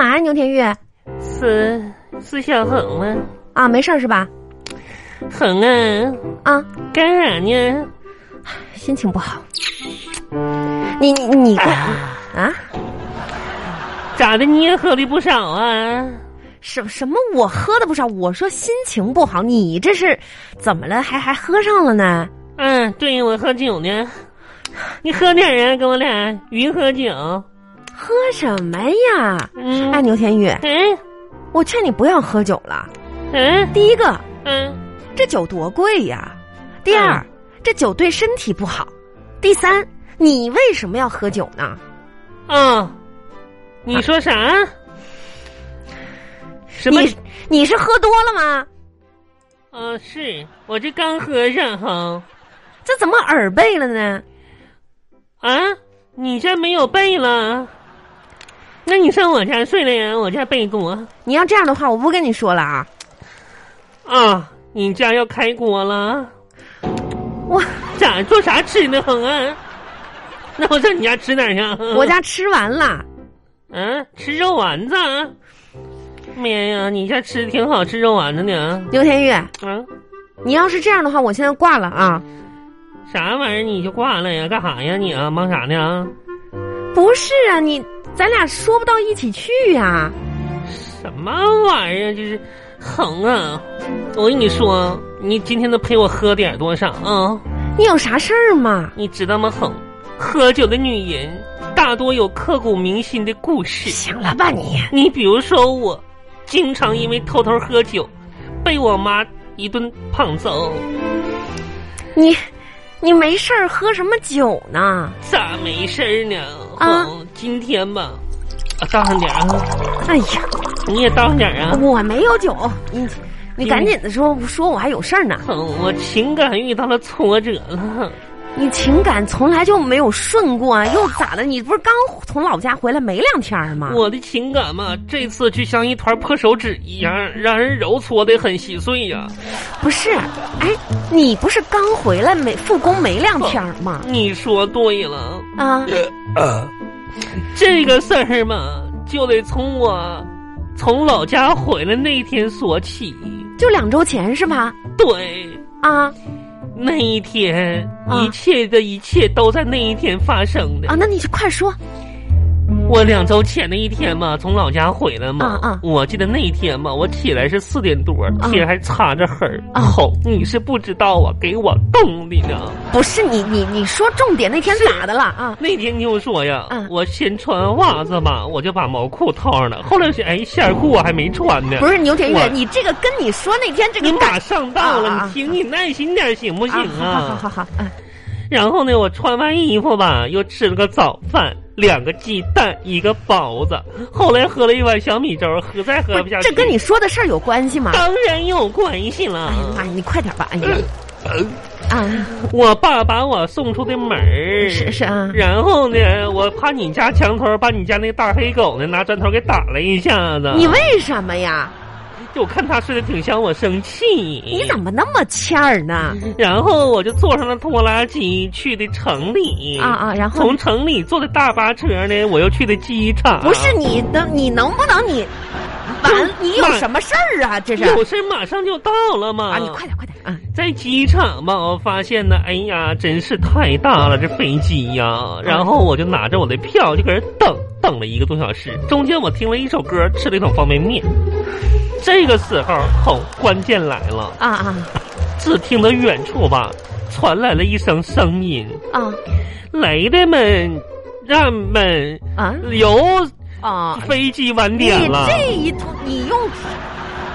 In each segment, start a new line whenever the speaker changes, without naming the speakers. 哎呀，牛田玉？
是是小红吗？
啊，没事儿是吧？
红啊，
啊，
干啥呢？
心情不好。你你你
哎
干
呀，
啊？
咋的？你也喝的不少啊？
什什么？我喝的不少。我说心情不好，你这是怎么了？还还喝上了呢？
嗯，对，我喝酒呢。你喝点儿啊，跟我俩云喝酒。
喝什么呀？
嗯，
哎，牛田玉，
嗯
我劝你不要喝酒了。
嗯
第一个，
嗯，
这酒多贵呀；第二，
嗯
这酒对身体不好；第三，你为什么要喝酒呢？
哦，你说啥？什么？
你你是喝多了吗？
嗯、是我这刚喝上哈。
这怎么耳背了呢？
啊，你这没有被了？那你上我家睡了呀？我家被锅
你要这样的话，我不跟你说了啊！
啊，你家要开锅了？
我
咋做啥吃呢？哼啊！那我上你家吃点去啊。
我家吃完了，
嗯、吃肉丸子啊。妈呀，你家吃挺好吃肉丸子呢。
刘天玉，
啊，
你要是这样的话，我现在挂了啊！
啥玩意儿你就挂了呀？干啥呀你啊？忙啥呢？
不是啊，你咱俩说不到一起去啊呀、
什么玩意儿？啊就是横啊！我跟你说，你今天能陪我喝点儿多少啊？
你有啥事儿吗？
你知道吗？哼，喝酒的女人大多有刻骨铭心的故事。
行了吧你？
你比如说我，经常因为偷偷喝酒，被我妈一顿胖揍。
你，你没事儿喝什么酒呢？
咋没事儿呢？
啊
哼，今天吧，啊，倒上点儿啊，
哎呀，
你也倒上点儿啊。
我没有酒，你你赶紧的说说我还有事儿呢。
哼，哦我情感遇到了挫折了。
你情感从来就没有顺过，啊，又咋的？你不是刚从老家回来没两天儿吗？
我的情感嘛，这次就像一团破手指一样，让人揉搓的很稀碎呀。
不是，哎，你不是刚回来没复工没两天儿吗？
你说对了，
啊，
这个事儿嘛，就得从我从老家回来那天说起。
就两周前是吧？
对，
啊
那一天，
啊
一切的一切都在那一天发生的。
啊，那你就快说
我两周前的一天嘛，从老家回来嘛，
啊啊
我记得那一天嘛，我起来是四点多，
啊
天还擦着黑儿。
啊
吼、你是不知道啊，给我冻的呢。
不是你你你说重点，那天咋的了啊？
那天听我说呀，
嗯
我先穿袜子吧，我就把毛裤套上了。后来是哎，线裤我还没穿呢。
不是牛田玉
我，
你这个跟你说那天这个
你马
干
上到
啊啊
了，
啊
你听，你耐心点行不行
好好
啊？
好好好，嗯
然后呢，我穿完衣服吧，又吃了个早饭，两个鸡蛋，一个包子。后来喝了一碗小米粥，喝再喝不
不
下
是
去。
这跟你说的事儿有关系吗？
当然有关系了
哎。呀妈呀，你快点吧！哎呀，啊，
我爸把我送出的门儿，
是是啊，
然后呢，我趴你家墙头，把你家那大黑狗呢拿砖头给打了一下子。
你为什么呀？
就我看他睡得挺香，我生气。
你怎么那么欠儿呢？
然后我就坐上了拖拉机去的城里
啊啊，然后
从城里坐的大巴车呢，我又去的机场。
不是你的，你能不能你完？你有什么事儿啊？这是
有事马上就到了嘛。
啊，你快点快点啊！
在机场吧，我发现呢，哎呀，真是太大了，这飞机
嗯
呀。然后我就拿着我的票就搁这等，等了一个多小时。中间我听了一首歌，吃了一桶方便面。这个时候，吼、关键来了，
啊啊
只听得远处吧，传来了一声声音
啊：“
来的们，让们
啊
由
啊！
飞机晚
你
点了。”
这一通，你用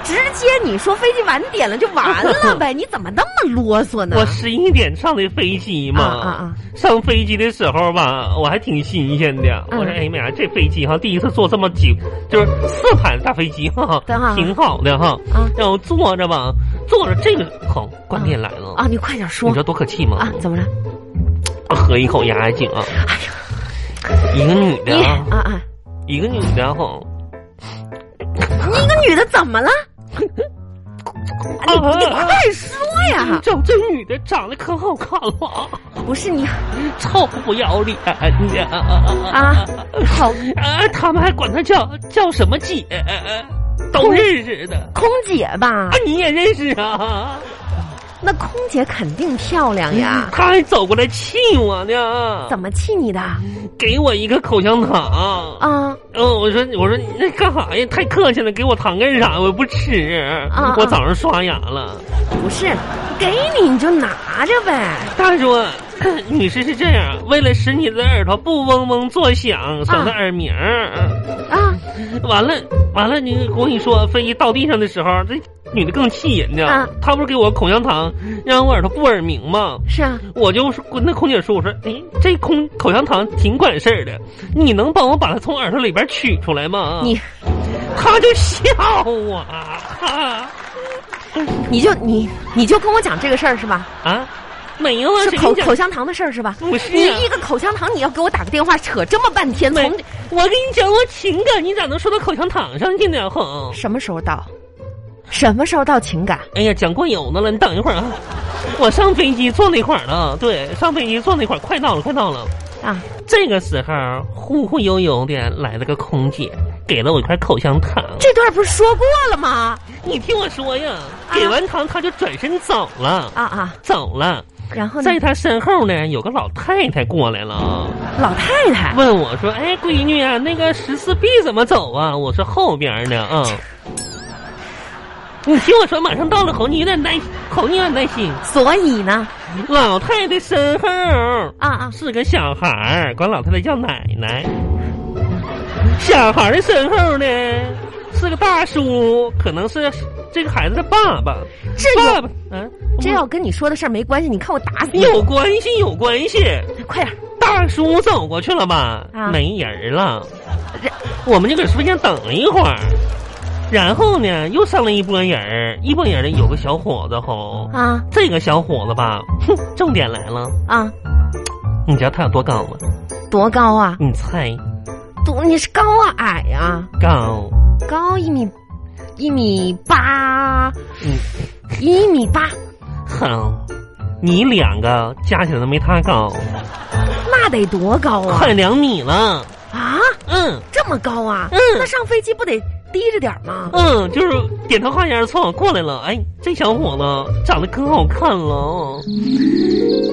直接你说飞机晚点了就完 了呗？你怎么那么啰嗦呢？
我十一点上的飞机嘛，
啊啊啊
上飞机的时候吧，我还挺新鲜的。
嗯
我说，哎呀妈呀，这飞机哈，第一次坐这么久，就是四排的大飞机哈
对哈，
挺好的哈。
啊
然后坐着吧，坐着这个好，关键来了，
啊！你快点
你
说
知道多可气吗？
啊！怎么了？
喝一口压压惊啊！
哎呀，
一个女的
你
啊，
啊啊！
一个女的哈，
你一个女的怎么了？啊你
啊
你快说哎呀！
这啊这女的长得可好看了啊，
不是你
臭不要脸呀！
啊，好
啊，他们还管她叫叫什么姐，都认识的。
空姐吧
啊？，你也认识啊？
那空姐肯定漂亮哎呀。
他还走过来气我呢，
怎么气你的
给我一个口香糖。
啊？
嗯，我说我说你那干啥呀？太客气了，给我糖干啥？我不吃，
啊
我早上刷牙了。
不是，给你你就拿着呗。
他说， 女士是这样，为了使你的耳朵不嗡嗡作响，省得耳鸣儿。
啊
完了完了，你我跟你说，飞机到地上的时候，这女的更气人呢。
啊
她不是给我口香糖，让我耳朵不耳鸣吗？
是啊，
我就是跟那空姐说，我说，哎，这空口香糖挺管事儿的，你能帮我把它从耳朵里边取出来吗？
你
她就笑我啊
你就你你就跟我讲这个事儿是吧？
啊，没有啊，
哦是
谁
口
跟你讲
口香糖的事儿是吧？
不是
你
啊
一个口香糖，你要给我打个电话扯这么半天，
没
从，
我跟你讲，我情感，你咋能说到口香糖上去呢？哼！
什么时候到？什么时候到情感？
哎呀，讲过油的了，你等一会儿啊！我上飞机坐那块儿呢，对，上飞机坐那块儿，快到了，快到了。
啊，
这个时候，忽忽悠悠的来了个空姐，给了我一块口香糖。
这段不是说过了吗？
你听我说呀，
啊
给完糖，她就转身走了，
啊啊，
走了。
然后呢
在？她身后呢，有个老太太过来了啊。
老太太，
问我说：“哎，闺女啊，那个十四 B 怎么走啊？”我说：“后边呢啊。”你听我说，马上到了，吼你有点耐，吼你有点耐心。
所以呢？
老太太身后
啊啊，
是个小孩儿，管老太太叫奶奶。小孩儿的身后呢是个大叔，可能是这个孩子的爸爸。
这
爸
有
爸，嗯、
这要跟你说的事儿没关系，你看我打死你！
有关系，有关系。
快点儿，
大叔走过去了吧？
啊
没人了。
这
我们就搁书房间等了一会儿，然后呢，又上来一波人儿，一波人儿呢有个小伙子吼，
啊
这个小伙子吧，哼，重点来了，
啊，
你知道他有多高吗？
多高啊？
你猜
多你是高啊矮啊？
高？
高一米一米八，
嗯，
一米八，
好，你两个加起来都没他高，
那得多高啊？
快两米了。
啊，
嗯
这么高啊？
嗯
那上飞机不得低着点儿吗？
嗯，就是点头哈腰冲我过来了。哎，这小伙子长得可好看了，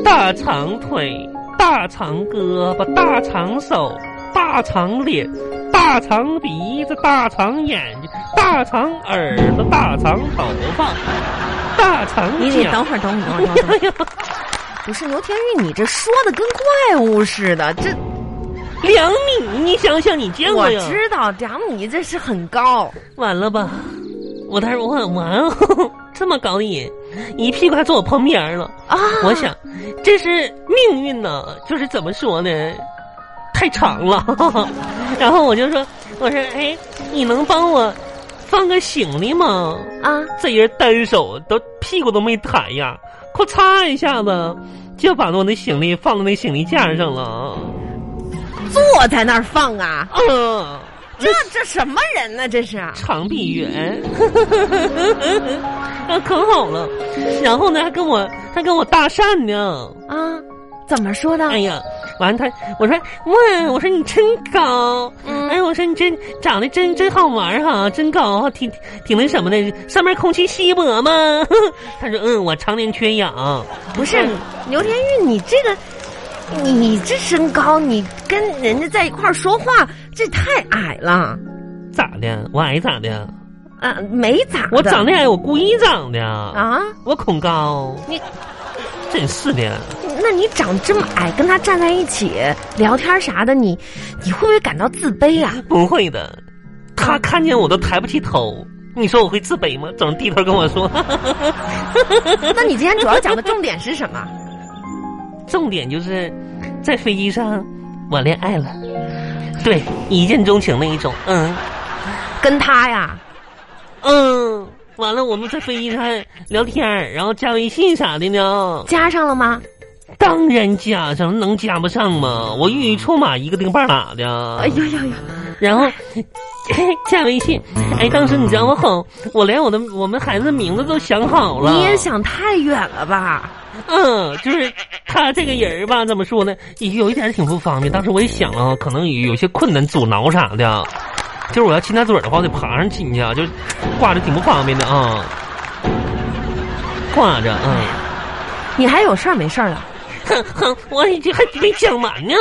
大长腿、大长胳膊、大长手、大长脸、大长鼻子、大长眼睛、大长耳朵、大长头发、大长
你得
脚。哎
等会儿，等会儿，等会儿等会儿。不是牛天玉，你这说的跟怪物似的，这
两米，你想想，你见过
我
呀？
知道，两米这是很高。
完了吧？我当时我很完哦， 这么高的人，一屁股还坐我旁边了。
啊，
我想，这是命运呐，就是怎么说呢，太长了。 然后我就说，我说，哎，你能帮我放个行李吗？
啊，
这人单手都屁股都没抬呀，咔嚓一下子就把我那行李放到那行李架上了。
坐在那儿放啊，
嗯、
这这什么人呢？这是啊
长臂猿， 啊，可好了。然后呢，还跟我还跟我搭讪呢。
啊，怎么说的？
哎呀，完他，我说哇，我说你真高，
嗯
哎，我说你真长得真真好玩儿哈、真高哈、挺挺那什么的，上面空气稀薄吗？ 他说嗯，我常年缺氧。
不是
嗯
牛天玉，你这个，你你这身高，你跟人家在一块儿说话，这太矮了。
咋的？我矮咋的？
啊，没咋的，
我长得矮，我故意长的。啊、
啊，
我恐高，
你
真是的。
那你长这么矮，跟他站在一起聊天啥的，你你会不会感到自卑 啊？
不会的，他
嗯
看见我都抬不起头。你说我会自卑吗？总低头跟我说。
那你今天主要讲的重点是什么？
重点就是在飞机上我恋爱了，对，一见钟情那一种。嗯
跟他呀，
嗯，完了我们在飞机上还聊天儿，然后加微信啥的呢。
加上了吗？
当然加上，能加不上吗？我欲语出马，一个钉半拉的。
哎呦呦呦，
然后加微信。哎，当时你知道我好，我连我的我们孩子名字都想好了。
你也想太远了吧？
嗯，就是他这个人儿吧，怎么说呢？有一点儿挺不方便。当时我也想啊，可能有些困难、阻挠啥的。啊就是我要亲他嘴儿的话，我得爬上亲去啊，就是挂着挺不方便的啊。挂着，嗯，
你还有事儿没事儿了？
哼哼，我已经还没讲完呢，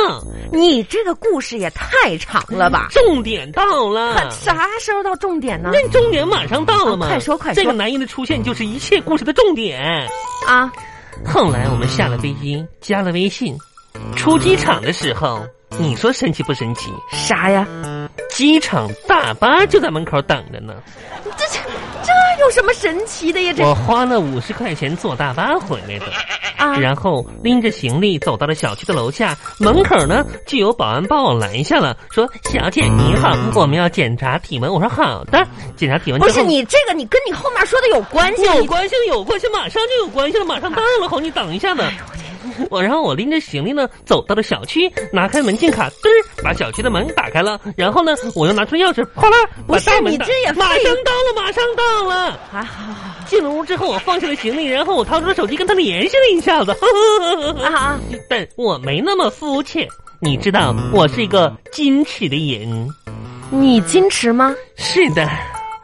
你这个故事也太长了吧？
重点到了。
啥时候到重点呢？
那重点马上到了嘛、
啊快说快说
这个男人的出现就是一切故事的重点。
啊，
后来我们下了飞机，加了微信，出机场的时候，你说神奇不神奇？
啥呀？
机场大巴就在门口等着呢。
这这这有什么神奇的呀？这
我花了五十块钱坐大巴回来的，
啊，
然后拎着行李走到了小区的楼下，门口呢就有保安把我拦下了，说：“小姐你好，我们要检查体温。”我说：“好的。”检查体温
不
之后，
是你这个，你跟你后面说的有关系。
有
你
关系了，有关系，马上就有关系了，马上到了，红，你等一下子。我然后我拎着行李呢，走到了小区，拿开门禁卡，嘚儿把小区的门打开了。然后呢，我又拿出钥匙，哗啦，
不
把
是
大门打
你这也
马
费
上到了，马上到了。
啊，好好好
进了屋之后，我放下了行李，然后我掏出了手机跟他联系了一下子。
啊啊，
但我没那么肤浅，你知道，我是一个矜持的人。
你矜持吗？
是的，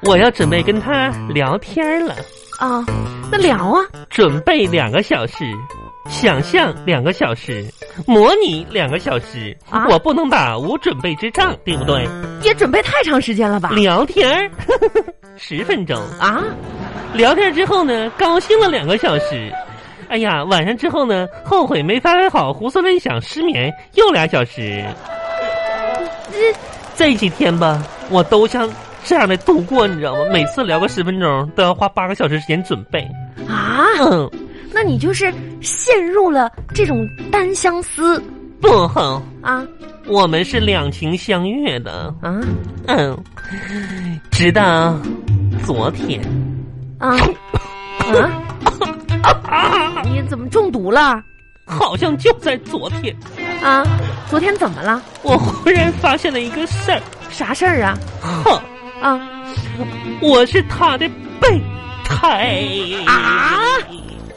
我要准备跟他聊天了。
啊，那聊啊，
准备两个小时，想象两个小时，模拟两个小时。
啊
我不能打无准备之仗，对不对？
也准备太长时间了吧？
聊天儿 十分钟，
啊，
聊天之后呢，高兴了两个小时。哎呀，晚上之后呢，后悔没发挥好，胡思乱想，失眠又俩小时。
这
这几天吧，我都像这样的度过，你知道吗？每次聊个十分钟，都要花八个小时时间准备。
啊，
嗯，
那你就是陷入了这种单相思
不好，
啊
我们是两情相悦的。
啊
嗯，直到昨天，
啊啊！ 你怎么中毒了？
好像就在昨天，
啊，昨天怎么了？
我忽然发现了一个事儿。
啥事儿啊？
哼，
啊
我是他的备胎
啊！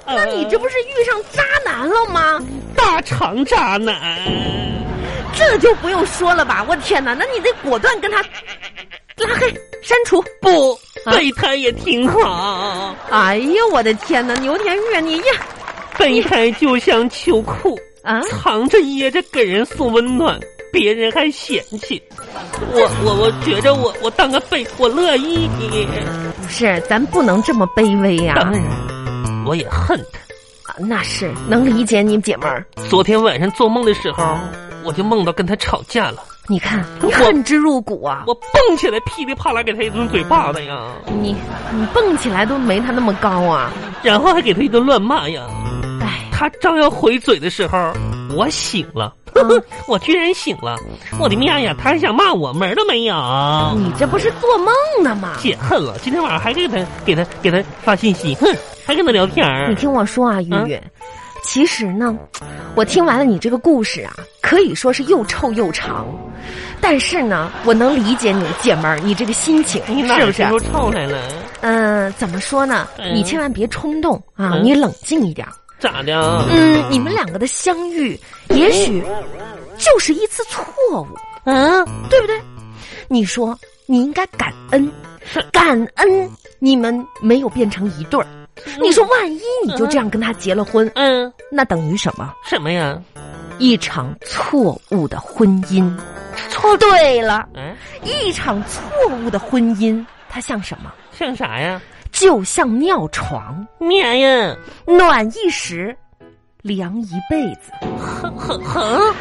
呃
那你这不是遇上渣男了吗？
大肠渣男？
这就不用说了吧！我天哪，那你得果断跟他拉黑删除。
不，
啊
备胎也挺好，
哎呀，我的天哪，牛田玉，你呀
备胎就像秋裤，
啊！
藏着掖着给人送温暖，别人还嫌弃。我我我觉着我我当个备我乐意。
不是，咱不能这么卑微呀、
当然，我也恨他。
啊那是能理解你姐们儿。
昨天晚上做梦的时候，我就梦到跟他吵架了，
你看，你
我
恨之入骨啊！
我蹦起来噼里啪啦给他一顿嘴巴子呀，
你你蹦起来都没他那么高啊！
然后还给他一顿乱骂呀。
哎，
他正要回嘴的时候，我醒了，
嗯
我居然醒了！我的妈呀，他还想骂我，门儿都没有！
你这不是做梦呢吗？
解恨了，今天晚上还给他给他给他发信息，哼，还跟他聊天儿
你。听我说啊，玉
嗯
玉，其实呢，我听完了你这个故事啊，可以说是又臭又长，但是呢，我能理解你姐们儿你这个心情，
你哪
是不
儿
是
听？出臭来了？
嗯、怎么说呢？
嗯
你千万别冲动啊，
嗯
你冷静一点儿。
咋的？
嗯，你们两个的相遇，也许就是一次错误，
嗯，
对不对？你说你应该感恩，感恩你们没有变成一对儿。你说万一你就这样跟他结了婚，
嗯，
那等于什么？
什么呀？
一场错误的婚姻。错对了，
嗯，
一场错误的婚姻，它像什么？
像啥呀？
就像尿床，
妈呀！
暖一时，凉一辈子。
哼哼，